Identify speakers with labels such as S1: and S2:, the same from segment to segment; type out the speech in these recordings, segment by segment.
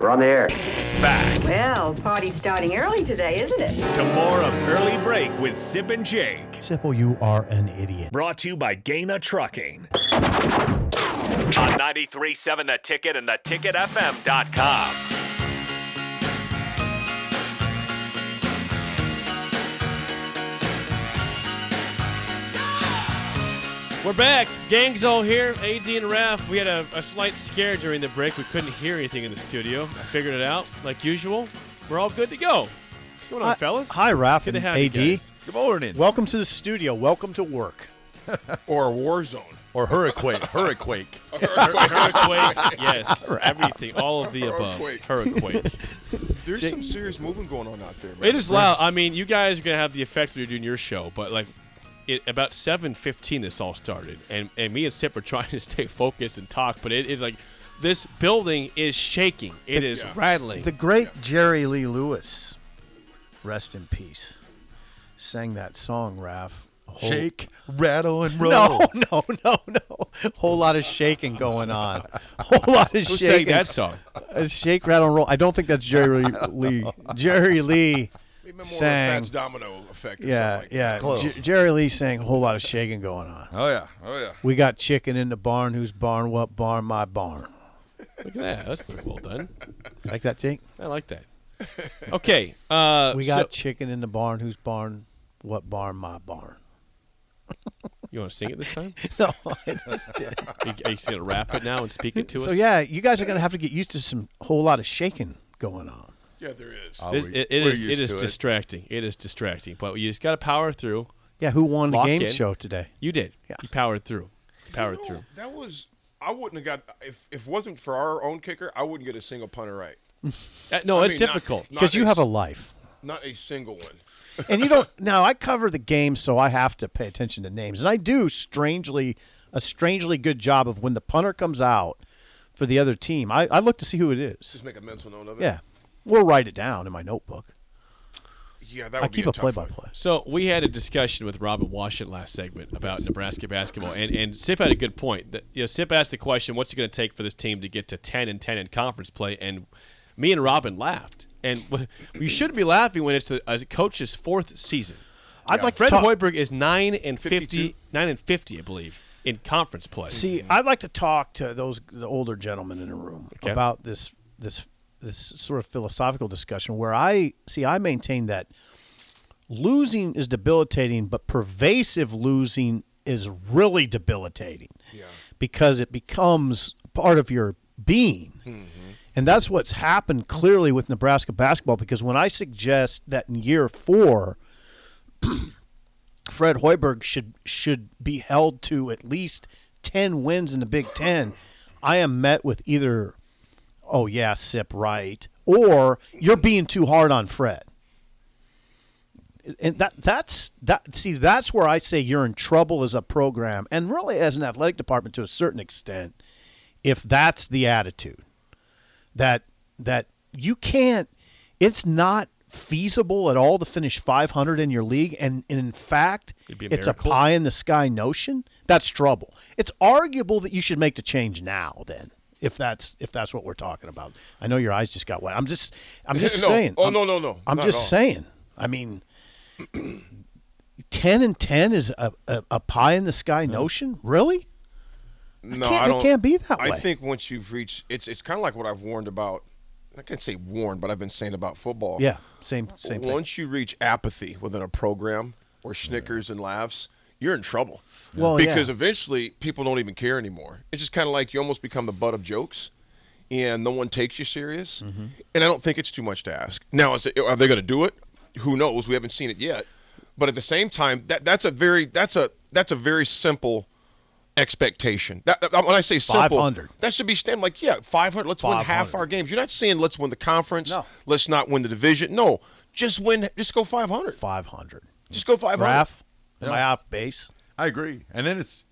S1: We're on the air.
S2: Back
S3: Well, party's starting early today, isn't it?
S2: to more of Early Break with Sip and Jake.
S4: Sipple, you are an idiot.
S2: Brought to you by Gaina Trucking. On 93.7 The Ticket and theticketfm.com.
S5: We're back. Gang's all here. AD and Raph. We had a, a slight scare during the break. We couldn't hear anything in the studio. I figured it out, like usual. We're all good to go. What's going on,
S4: Hi-
S5: fellas?
S4: hi, Raph
S5: Good to
S4: and
S5: have you
S4: AD.
S5: guys.
S6: Good morning.
S4: Welcome to the studio. Welcome to work.
S7: or a war zone.
S6: or hurricane, hurricane.
S5: Hurricane. yes. Everything. All of the above. Hurricane.
S7: There's some serious movement going on out there, man.
S5: it is loud. I mean, you guys are gonna have the effects when you're doing your show, but like. It, about seven fifteen, this all started, and and me and Sip are trying to stay focused and talk, but it is like this building is shaking. It is rattling.
S4: The great Jerry Lee Lewis, rest in peace, sang that song, Raph. A whole-
S6: Shake, rattle, and roll.
S4: No, no, no, no. Whole lot of shaking going on. Whole lot of
S5: Who
S4: shaking.
S5: sang that song?
S4: Uh, shake, rattle, and roll. I don't think that's Jerry Lee. Jerry Lee
S7: Maybe more of a
S4: sang.
S7: Fats domino effect. Or
S4: Yeah,
S7: something
S4: yeah.
S6: close.
S4: Jer- Jerry Lee sang a whole lot of shaking going on.
S6: Oh yeah, oh yeah.
S4: We got chicken in the barn. Whose barn? What barn? My barn.
S5: Look at that. That's pretty well done.
S4: Like that, Jake?
S5: I like that. Okay. Uh,
S4: We
S5: so-
S4: got chicken in the barn. Whose barn? What barn? My barn.
S5: you want to sing it this time?
S4: No, I just did.
S5: Are you, are you going to rap it now and speak it to
S4: so
S5: us?
S4: yeah, you guys are gonna have to get used to some whole lot of shaking going on.
S7: Yeah, yeah, there is.
S6: Oh,
S5: This-
S6: we-
S5: it- it
S6: we're
S5: is. It
S6: used
S5: is
S6: to
S5: distracting. It is distracting. But you just got to power through.
S4: Yeah, who won the
S5: Lock
S4: game
S5: in.
S4: show today?
S5: You did.
S4: Yeah.
S5: You powered through. You powered
S7: No,
S5: through.
S7: That was. I wouldn't have got if if it wasn't for our own kicker. I wouldn't get a single punter right.
S5: Uh, no,
S7: I
S5: it's
S7: mean, not-
S5: difficult.
S7: not
S4: Because you have a
S7: s-
S4: life,
S7: not a single one.
S4: and you don't. now I cover the game, so I have to pay attention to names, and I do strangely a strangely good job of when the punter comes out for the other team. I, I look to see who it is.
S7: Just make a mental note of it.
S4: Yeah, we'll write it down in my notebook.
S7: yeah. That
S4: I
S7: would
S4: keep
S7: be a,
S4: a
S7: tough
S4: play by
S7: one.
S4: play.
S5: So we had a discussion with Robin Washington last segment about Nebraska basketball, and, and Sip had a good point. That, you know, Sip asked the question, "What's it going to take for this team to get to ten and ten in conference play?" And me and Robin laughed, and w- you shouldn't be laughing when it's the a coach's fourth season.
S4: I'd like
S5: Fred
S4: to talk.
S5: Hoiberg is nine and 50,
S7: 52.
S5: nine and fifty, I believe, in conference play.
S4: See, I'd like to talk to those the older gentlemen in the room
S5: Okay.
S4: about this this this sort of philosophical discussion where I see I maintain that losing is debilitating, but pervasive losing is really debilitating
S7: Yeah.
S4: because it becomes part of your being. And that's what's happened clearly with Nebraska basketball because when I suggest that in year four, Fred Hoiberg should should be held to at least ten wins in the Big Ten, I am met with either, oh yeah, sip right, or you're being too hard on Fred. And that that's that see that's where I say you're in trouble as a program and really as an athletic department to a certain extent, if that's the attitude that that you can't it's not feasible at all to finish 500 in your league and, and in fact
S5: It'd be a
S4: it's a
S5: miracle.
S4: pie in the sky notion that's trouble it's arguable that you should make the change now then if that's if that's what we're talking about i know your eyes just got wet i'm just i'm just
S7: No.
S4: saying
S7: Oh,
S4: I'm-
S7: no, no, no.
S4: i'm
S7: Not at all.
S4: just saying i mean 10 and 10 is a, a, a pie in the sky notion really
S7: No,
S4: can't-
S7: I
S4: it
S7: don't.
S4: can't be that
S7: I
S4: way.
S7: think once you've reached, it's it's kind of like what I've warned about. I can't say warned, but I've been saying about football.
S4: yeah same same thing
S7: Once you reach apathy within a program or snickers and laughs, you're in trouble.
S4: Well, yeah.
S7: because eventually people don't even care anymore. It's just kind of like you almost become the butt of jokes, and no one takes you serious.
S4: Mm-hmm.
S7: And I don't think it's too much to ask. Now, is it, are they going to do it? Who knows? We haven't seen it yet. But at the same time, that that's a very that's a that's a very simple expectation. That, that- when I say simple,
S4: 500.
S7: that should be standard. Like, yeah, five hundred. Let's win half
S4: 500.
S7: our games. You're not saying let's win the conference.
S4: No.
S7: Let's not win the division. No, just win. Just go 500.
S4: 500
S7: Just go 500.
S4: Raph, am I
S6: Yeah.
S4: off base?
S6: I agree. And then it's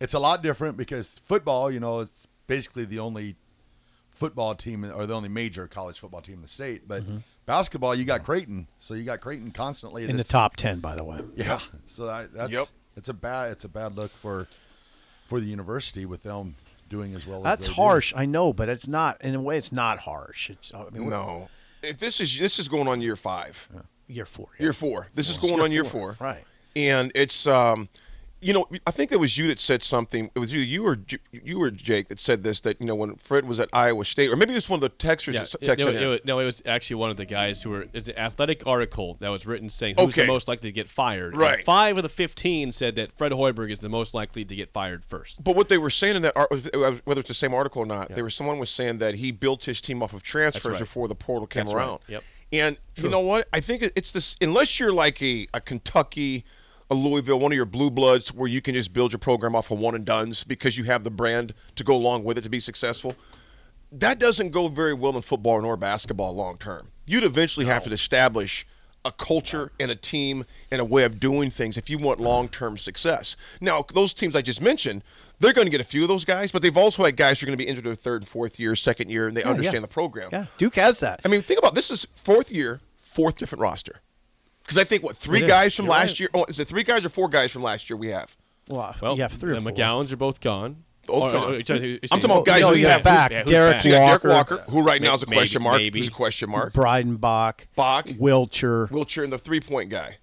S6: it's a lot different because football, you know, it's basically the only football team or the only major college football team in the state. But basketball, you got Creighton, so you got Creighton constantly
S4: Mm-hmm. In the
S6: that's-
S4: top 10, by the way.
S6: Yeah. So that, that's
S7: Yep.
S6: it's a bad it's a bad look for for the university with them doing as well. as
S4: That's
S6: they do.
S4: harsh, I know, but it's not. In a way, it's not harsh. It's I mean, we're-
S7: No, if this is this is going on year five,
S4: year four. yeah.
S7: year four. This is going on year four,
S4: Right.
S7: And it's um, you know, I think it was you that said something. It was either you or J- you or Jake that said this. That you know, when Fred was at Iowa State, or maybe it was one of the texters
S5: Yeah,
S7: that s-
S5: it-
S7: texted
S5: no, it,
S7: in.
S5: was- no, it was actually one of the guys who were. It's an athletic article that was written saying who's the
S7: Okay.
S5: most likely to get fired. And
S7: Right.
S5: five of the fifteen said that Fred Hoiberg is the most likely to get fired first.
S7: But what they were saying in that, ar- uh, whether it's the same article or not, there was someone was saying that he built his team off of transfers
S5: right.
S7: before the portal came
S5: That's right.
S7: around.
S5: Yep.
S7: And you know what? I think it- it's this. Unless you're like a, a Kentucky, a Louisville, one of your blue bloods, where you can just build your program off of one and duns because you have the brand to go along with it to be successful. That doesn't go very well in football nor basketball long term. You'd eventually have to establish a culture and a team and a way of doing things if you want long-term success. Now, those teams I just mentioned, they're going to get a few of those guys, but they've also had guys who are going to be entered their third and fourth year, second year, and they understand the program.
S4: Yeah, Duke has that.
S7: I mean, think about this is fourth year, fourth different roster. Because I think what three
S4: It is.
S7: guys from
S4: You're
S7: last
S4: right.
S7: year? Oh, is it three guys or four guys from last year? We have.
S4: well,
S5: Well,
S4: you have three or
S5: the
S4: four.
S5: McGowans are both gone.
S7: Both
S5: Or- or-
S7: gone.
S5: or- sorry,
S7: I'm talking about guys
S4: No,
S7: who
S4: you
S7: you
S4: got
S7: have.
S4: back.
S5: Who's- yeah, who's
S4: Derek
S5: back?
S7: So you got Derek
S4: Walker,
S7: Walker, who right now is a
S5: Maybe-
S7: question mark.
S5: maybe.
S7: Who's a question mark?
S4: Breidenbach,
S7: Bach,
S4: Wilcher,
S7: Wilcher, and the three-point guy.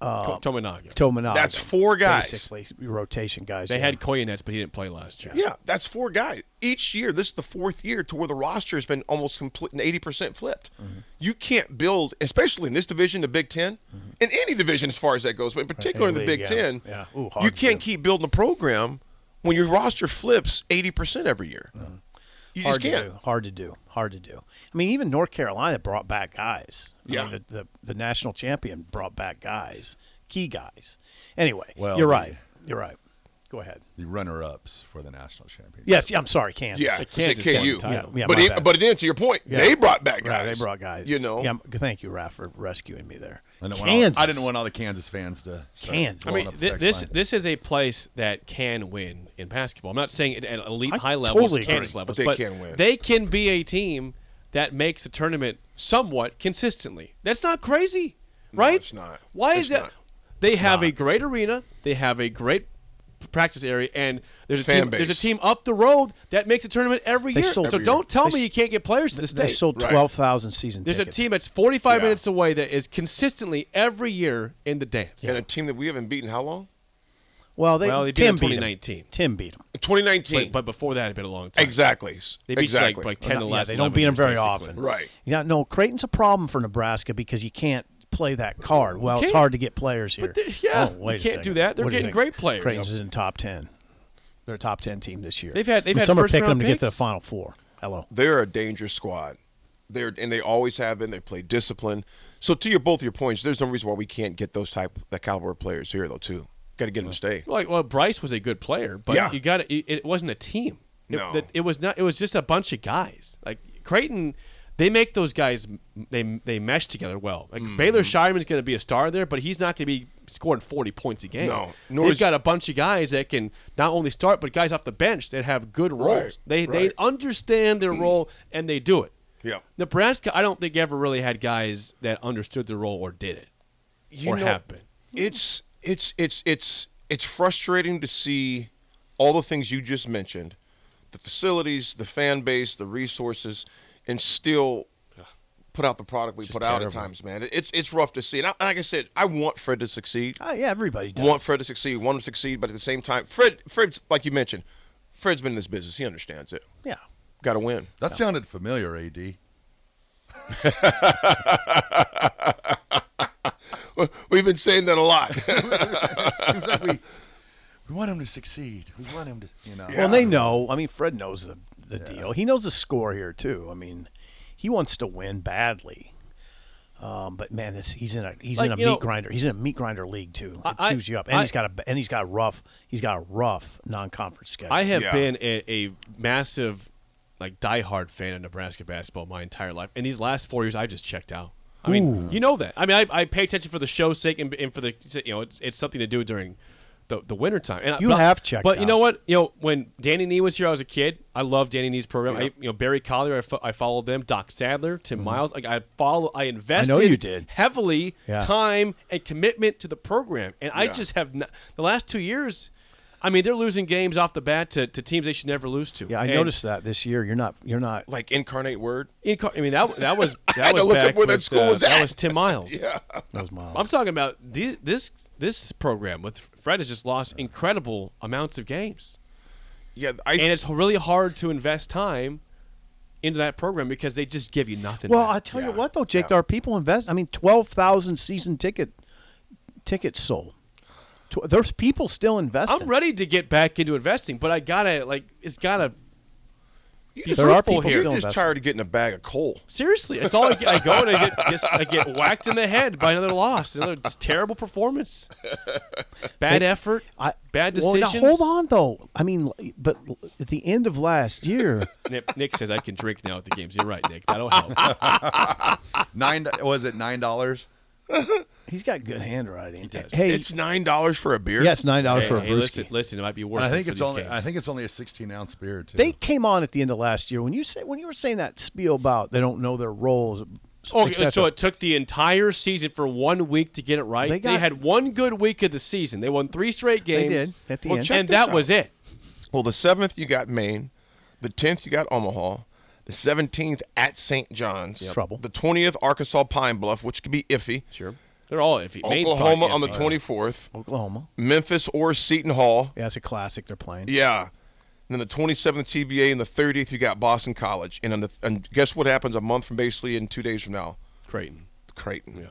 S5: uh, Tominaga.
S4: Tominaga.
S7: That's four guys.
S4: Basically, rotation guys.
S5: They
S4: yeah.
S5: had Koyanets, but he didn't play last year.
S7: Yeah, that's four guys. Each year, this is the fourth year to where the roster has been almost complete and eighty percent flipped.
S4: Mm-hmm.
S7: You can't build, especially in this division, the Big 10 in any division as far as that goes, but in particular in the
S4: Any
S7: Big
S4: league, Mm-hmm. yeah.
S7: Ten,
S4: Yeah. Ooh, hard
S7: you
S4: to
S7: can't
S4: do.
S7: keep building a program when your roster flips eighty percent every year. You
S4: Mm-hmm. hard
S7: just
S4: to
S7: can't.
S4: do. Hard to do. Hard to do. I mean, even North Carolina brought back guys. I
S7: Yeah.
S4: mean, the, the the national champion brought back guys, key guys. Anyway,
S6: Well,
S4: you're
S6: the-
S4: right. You're right. Go ahead.
S6: the runner-ups for the national championship.
S4: Yes, yeah, I'm sorry, Kansas.
S7: Yeah,
S5: Like Kansas
S7: KU.
S5: won the
S4: Yeah,
S5: title.
S4: yeah,
S7: but
S4: my
S7: it,
S4: bad.
S7: but again, to your point,
S4: Yeah.
S7: they brought back
S4: Yeah,
S7: guys.
S4: they brought guys.
S7: You know,
S4: Yeah, thank you, Raph, for rescuing me there.
S6: I didn't, want all,
S4: Kansas.
S6: I didn't want all the Kansas fans to. start
S4: Kansas.
S5: I
S6: blowing
S5: mean,
S6: up the
S5: th-
S6: text
S5: this
S6: line.
S5: this is a place that can win in basketball. I'm not saying it at elite
S4: I
S5: high levels,
S4: totally
S5: Kansas
S4: agree.
S5: levels,
S7: But they can win.
S5: They can be a team that makes the tournament somewhat consistently. That's not crazy, right?
S7: it's not.
S5: Why
S7: It's
S5: is that?
S7: not.
S5: They have a great arena. They have a great p- practice area, and there's a
S7: Fan
S5: team. There's a
S7: base.
S5: team up the road that makes a tournament every
S4: They
S5: year.
S4: sold-
S5: so
S4: Every
S5: don't
S4: year.
S5: tell
S4: They
S5: me
S4: s-
S5: you can't get players to the state.
S4: They sold
S7: Right.
S4: twelve thousand season
S5: There's
S4: tickets.
S5: a team that's 45
S7: Yeah.
S5: minutes away that is consistently every year in the dance.
S7: and a team that we haven't beaten how long?
S4: Well, they,
S5: Well, they beat
S4: Tim him.
S5: them 2019.
S4: Tim beat him.
S7: Twenty nineteen.
S5: But, but before that, it had been a long time.
S7: Exactly.
S5: They beat you, like-
S7: exactly.
S5: like, 10 to
S4: yeah,
S5: last
S4: they don't
S5: 11
S4: beat them
S5: years,
S4: very
S5: basically.
S4: often.
S7: Right.
S4: Yeah, no, Creighton's a problem for Nebraska because you can't play that card. Well, it's
S5: can't.
S4: hard to get players here.
S5: they- yeah,
S4: oh, wait
S5: you
S4: a
S5: can't
S4: second.
S5: do that. They're
S4: What do you
S5: getting
S4: think?
S5: great players.
S4: Creighton's is in top ten. They're a top ten team this year.
S5: They've had- they've
S4: And
S5: had
S4: some are
S5: first
S4: picking
S5: round
S4: them to get to the
S5: picks.
S4: final four. Hello.
S7: they're a dangerous squad. They're and they always have been. They play discipline. So to your both your points, there's no reason why we can't get those type that caliber of players here though too. Got to get them to stay.
S5: Like, well, Bryce was a good player, but
S7: Yeah.
S5: you got it. It wasn't a team. It,
S7: No.
S5: that- it was not. It was just a bunch of guys. Like Creighton, they make those guys. They they mesh together well. Like
S7: Mm-hmm.
S5: Baylor Shireman's going to be a star there, but he's not going to be scoring 40 points a game.
S7: No. Nor
S5: Nor they've
S7: is-
S5: got a bunch of guys that can not only start, but guys off the bench that have good roles.
S7: Right,
S5: They
S7: right. Mm.
S5: they understand their role and they do it.
S7: Yeah.
S5: Nebraska, I don't think ever really had guys that understood their role or did it.
S7: You
S5: or
S7: know,
S5: have been.
S7: It's it's it's it's it's frustrating to see all the things you just mentioned, the facilities, the fan base, the resources, and still put out the product we
S5: Just
S7: put out at
S5: terrible.
S7: times, man. It- It's it's rough to see. And I, like I said, I want Fred to succeed.
S4: Ah, yeah, everybody does.
S7: want Fred to succeed, want him to succeed, but at the same time, Fred, Fred's like you mentioned, Fred's been in this business. He understands it.
S4: Yeah.
S7: Got to win.
S6: that sounded familiar, Ad.
S7: We've been saying that a lot.
S6: Seems like we we want him to succeed. We want him to, you know.
S4: Well, and they know. I mean, Fred knows the, the deal. He knows the score here too. I mean, he wants to win badly. Um, but man, this, he's in a he's in
S5: Like,
S4: a meat
S5: you know-
S4: grinder. He's in a meat grinder league too. It
S5: I-
S4: chews you up, and
S5: I-
S4: he's got a and he's got a rough he's got a rough non conference schedule.
S5: I have
S7: Yeah.
S5: been a, a massive, like diehard fan of Nebraska basketball my entire life, and these last four years I just checked out. I mean, you know that. I mean, I, I pay attention for the show's sake and, and for the you know it's, it's something to do during the the winter time. And I-
S4: You
S5: but-
S4: have checked
S5: but you know
S4: out.
S5: what? You know when Danny Nee was here, I was a kid. I loved Danny Nee's program. I, you know Barry Collier, I, fo- I followed them. Doc Sadler, Tim Miles. Like I follow, I invested.
S4: you did.
S5: heavily
S4: Yeah.
S5: time and commitment to the program, and I
S7: Yeah.
S5: just have not, the last two years. I mean, they're losing games off the bat to, to teams they should never lose to.
S4: Yeah, I
S5: And
S4: noticed that this year. You're not. You're not.
S7: Like incarnate word.
S5: in Car- I mean, that that was that
S7: had to
S5: was
S7: look up
S5: back
S7: where that
S5: with,
S7: school
S5: uh,
S7: was
S5: That
S7: at.
S5: was Tim Miles.
S7: Yeah.
S4: Those miles.
S5: I'm talking about these, this this program with Fred has just lost incredible amounts of games,
S7: Yeah. I,
S5: and it's really hard to invest time into that program because they just give you nothing.
S4: Well,
S5: back.
S4: I tell you
S7: Yeah,
S4: what, though, Jake,
S7: yeah.
S4: there are people invest. I mean, twelve thousand season ticket tickets sold. Tw- there's people still investing.
S5: I'm ready to get back into investing, but I gotta like it's gotta
S7: you
S5: There
S7: just,
S4: there are
S5: fruitful
S4: people
S5: here.
S7: you're
S4: still
S7: just
S4: investing.
S7: tired of getting a bag of coal.
S5: seriously. It's all I, get, I go and I get just I get whacked in the head by another loss, another just terrible performance, bad
S4: They-
S5: effort,
S4: I,
S5: bad
S4: Well, now,
S5: decisions.
S4: hold on, though. I mean, l- but l- at the end of last year,
S5: Nick, Nick says I can drink now at the games. You're right, Nick. That'll help.
S6: Nine was it nine dollars?
S4: he's got good handwriting.
S5: does.
S4: Hey,
S7: It's nine dollars for a beer.
S4: yes, nine dollars
S5: hey,
S4: for a
S5: hey,
S4: brewski.
S5: listen, listen, it might be worth.
S6: And I
S5: it
S6: think
S5: for
S6: it's
S5: these
S6: only
S5: games.
S6: I think it's only a sixteen ounce beer too.
S4: They came on at the end of last year when you say when you were saying that spiel about they don't know their roles.
S5: Oh,
S4: et cetera.
S5: so it took the entire season for one week to get it right.
S4: They
S5: They,
S4: got-
S5: had one good week of the season. They won three straight games.
S4: did, at the
S5: Well,
S4: end.
S5: and
S7: Check this
S5: that
S7: out.
S5: was it.
S7: Well, the seventh you got Maine, the tenth you got Omaha, the seventeenth at St. John's.
S4: Yep. Trouble.
S7: The twentieth Arkansas Pine Bluff, which could be iffy.
S5: Sure, they're all iffy. Maine's
S7: Oklahoma
S5: probably
S7: on the
S5: iffy.
S7: twenty fourth.
S4: Oklahoma.
S7: Memphis or Seton Hall.
S4: Yeah, it's a classic they're playing.
S7: Yeah. And then the 27th TBA and the 30th, you got Boston College. And, on the, and guess what happens a month from basically in two days from now?
S5: Creighton.
S7: Creighton.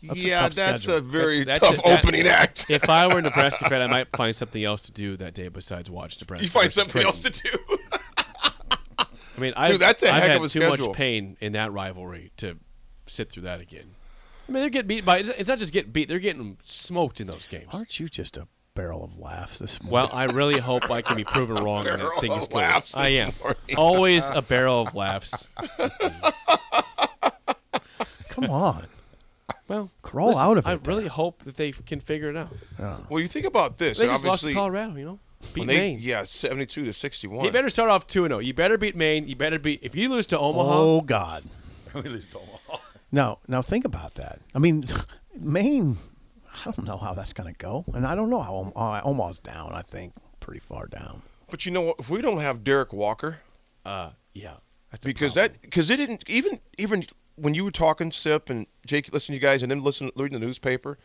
S7: Yeah,
S4: That's
S7: that's,
S4: a
S7: a,
S4: tough schedule.
S7: very
S5: That's- that's
S7: tough
S5: a- that-
S7: opening act.
S5: If I were a Nebraska fan, I might find something else to do that day besides watch Nebraska.
S7: you find
S5: versus
S7: something
S5: Creighton.
S7: else to do.
S5: I mean, I've,
S7: that's a
S5: I've
S7: heck
S5: had
S7: of a
S5: too
S7: schedule.
S5: much pain in that rivalry to sit through that again. I mean, they're getting beat by. It's not just getting beat; they're getting smoked in those games.
S4: Aren't you just a barrel of laughs this morning?
S5: Well, I really hope I can be proven wrong when that
S7: Barrel
S5: thing is
S7: of
S5: going.
S7: laughs
S5: I
S7: this
S5: am
S7: morning.
S5: always a barrel of laughs.
S4: come on.
S5: Well,
S4: Crawl out of
S5: I
S4: it
S5: really hope that they can figure it out.
S7: well, you think about this.
S5: They
S7: and
S5: just lost to
S7: obviously,
S5: Colorado, you know. Beat
S7: when they-
S5: Maine.
S7: yeah, 72 to 61.
S5: You better start off 2 0. You better beat Maine. You better beat. If you lose to Omaha,
S4: Oh God.
S6: At least Omaha.
S4: Now, now think about that. I mean, Maine. I don't know how that's going to go, and I don't know how Om- uh, Omaha's down. I think pretty far down.
S7: But you know what? If we don't have Derek Walker,
S5: uh, yeah. That's a
S7: because
S5: problem.
S7: that because it didn't even even when you were talking sip and Jake listening to you guys and then listen reading the newspaper,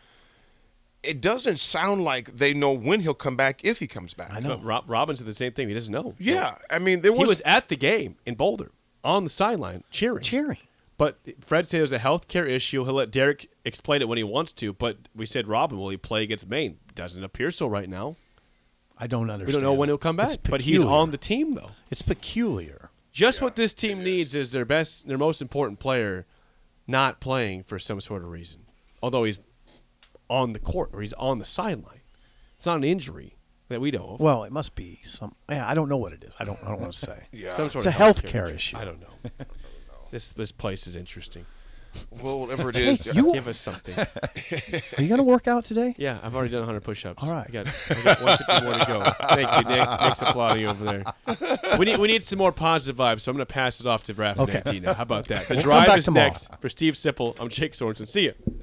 S7: it doesn't sound like they know when he'll come back if he comes back.
S4: I know.
S5: But Rob, Robbins did the same thing. He doesn't know.
S7: Yeah, I mean there
S5: He
S7: was,
S5: was at the game in Boulder on the sideline cheering.
S4: Cheering.
S5: But Fred said it was a health care issue. He'll let Derek explain it when he wants to. But we said, Robin, will he play against Maine? Doesn't appear so right now.
S4: I don't understand.
S5: We don't know when he'll come
S4: It's
S5: back. But he's
S4: peculiar.
S5: on the team, though.
S4: It's peculiar.
S5: Just what this team needs is their best, their most important player not playing for some sort of reason. Although he's on the court or he's on the sideline. It's not an injury that we know of.
S4: Well, it must be some. Yeah, I don't know what it is. I don't. I don't want to say.
S7: yeah.
S5: some sort
S4: It's
S5: of
S4: a
S5: health
S4: healthcare
S5: care
S4: issue.
S5: I don't know. this this place is interesting.
S7: well whatever it
S4: Hey,
S7: is.
S4: you
S5: Give us something.
S4: are you going to work out today?
S5: Yeah, I've already done 100 push-ups.
S4: All right.
S5: I got, I got 150 more to go. Thank you, Nick. Nick's applauding over there. We need we need some more positive vibes, so I'm going to pass it off to Raf
S4: Okay.
S5: and Antina. How about that? The
S4: We'll come
S5: drive
S4: back
S5: is
S4: tomorrow.
S5: next for Steve Sipple. I'm Jake Sorensen. See you.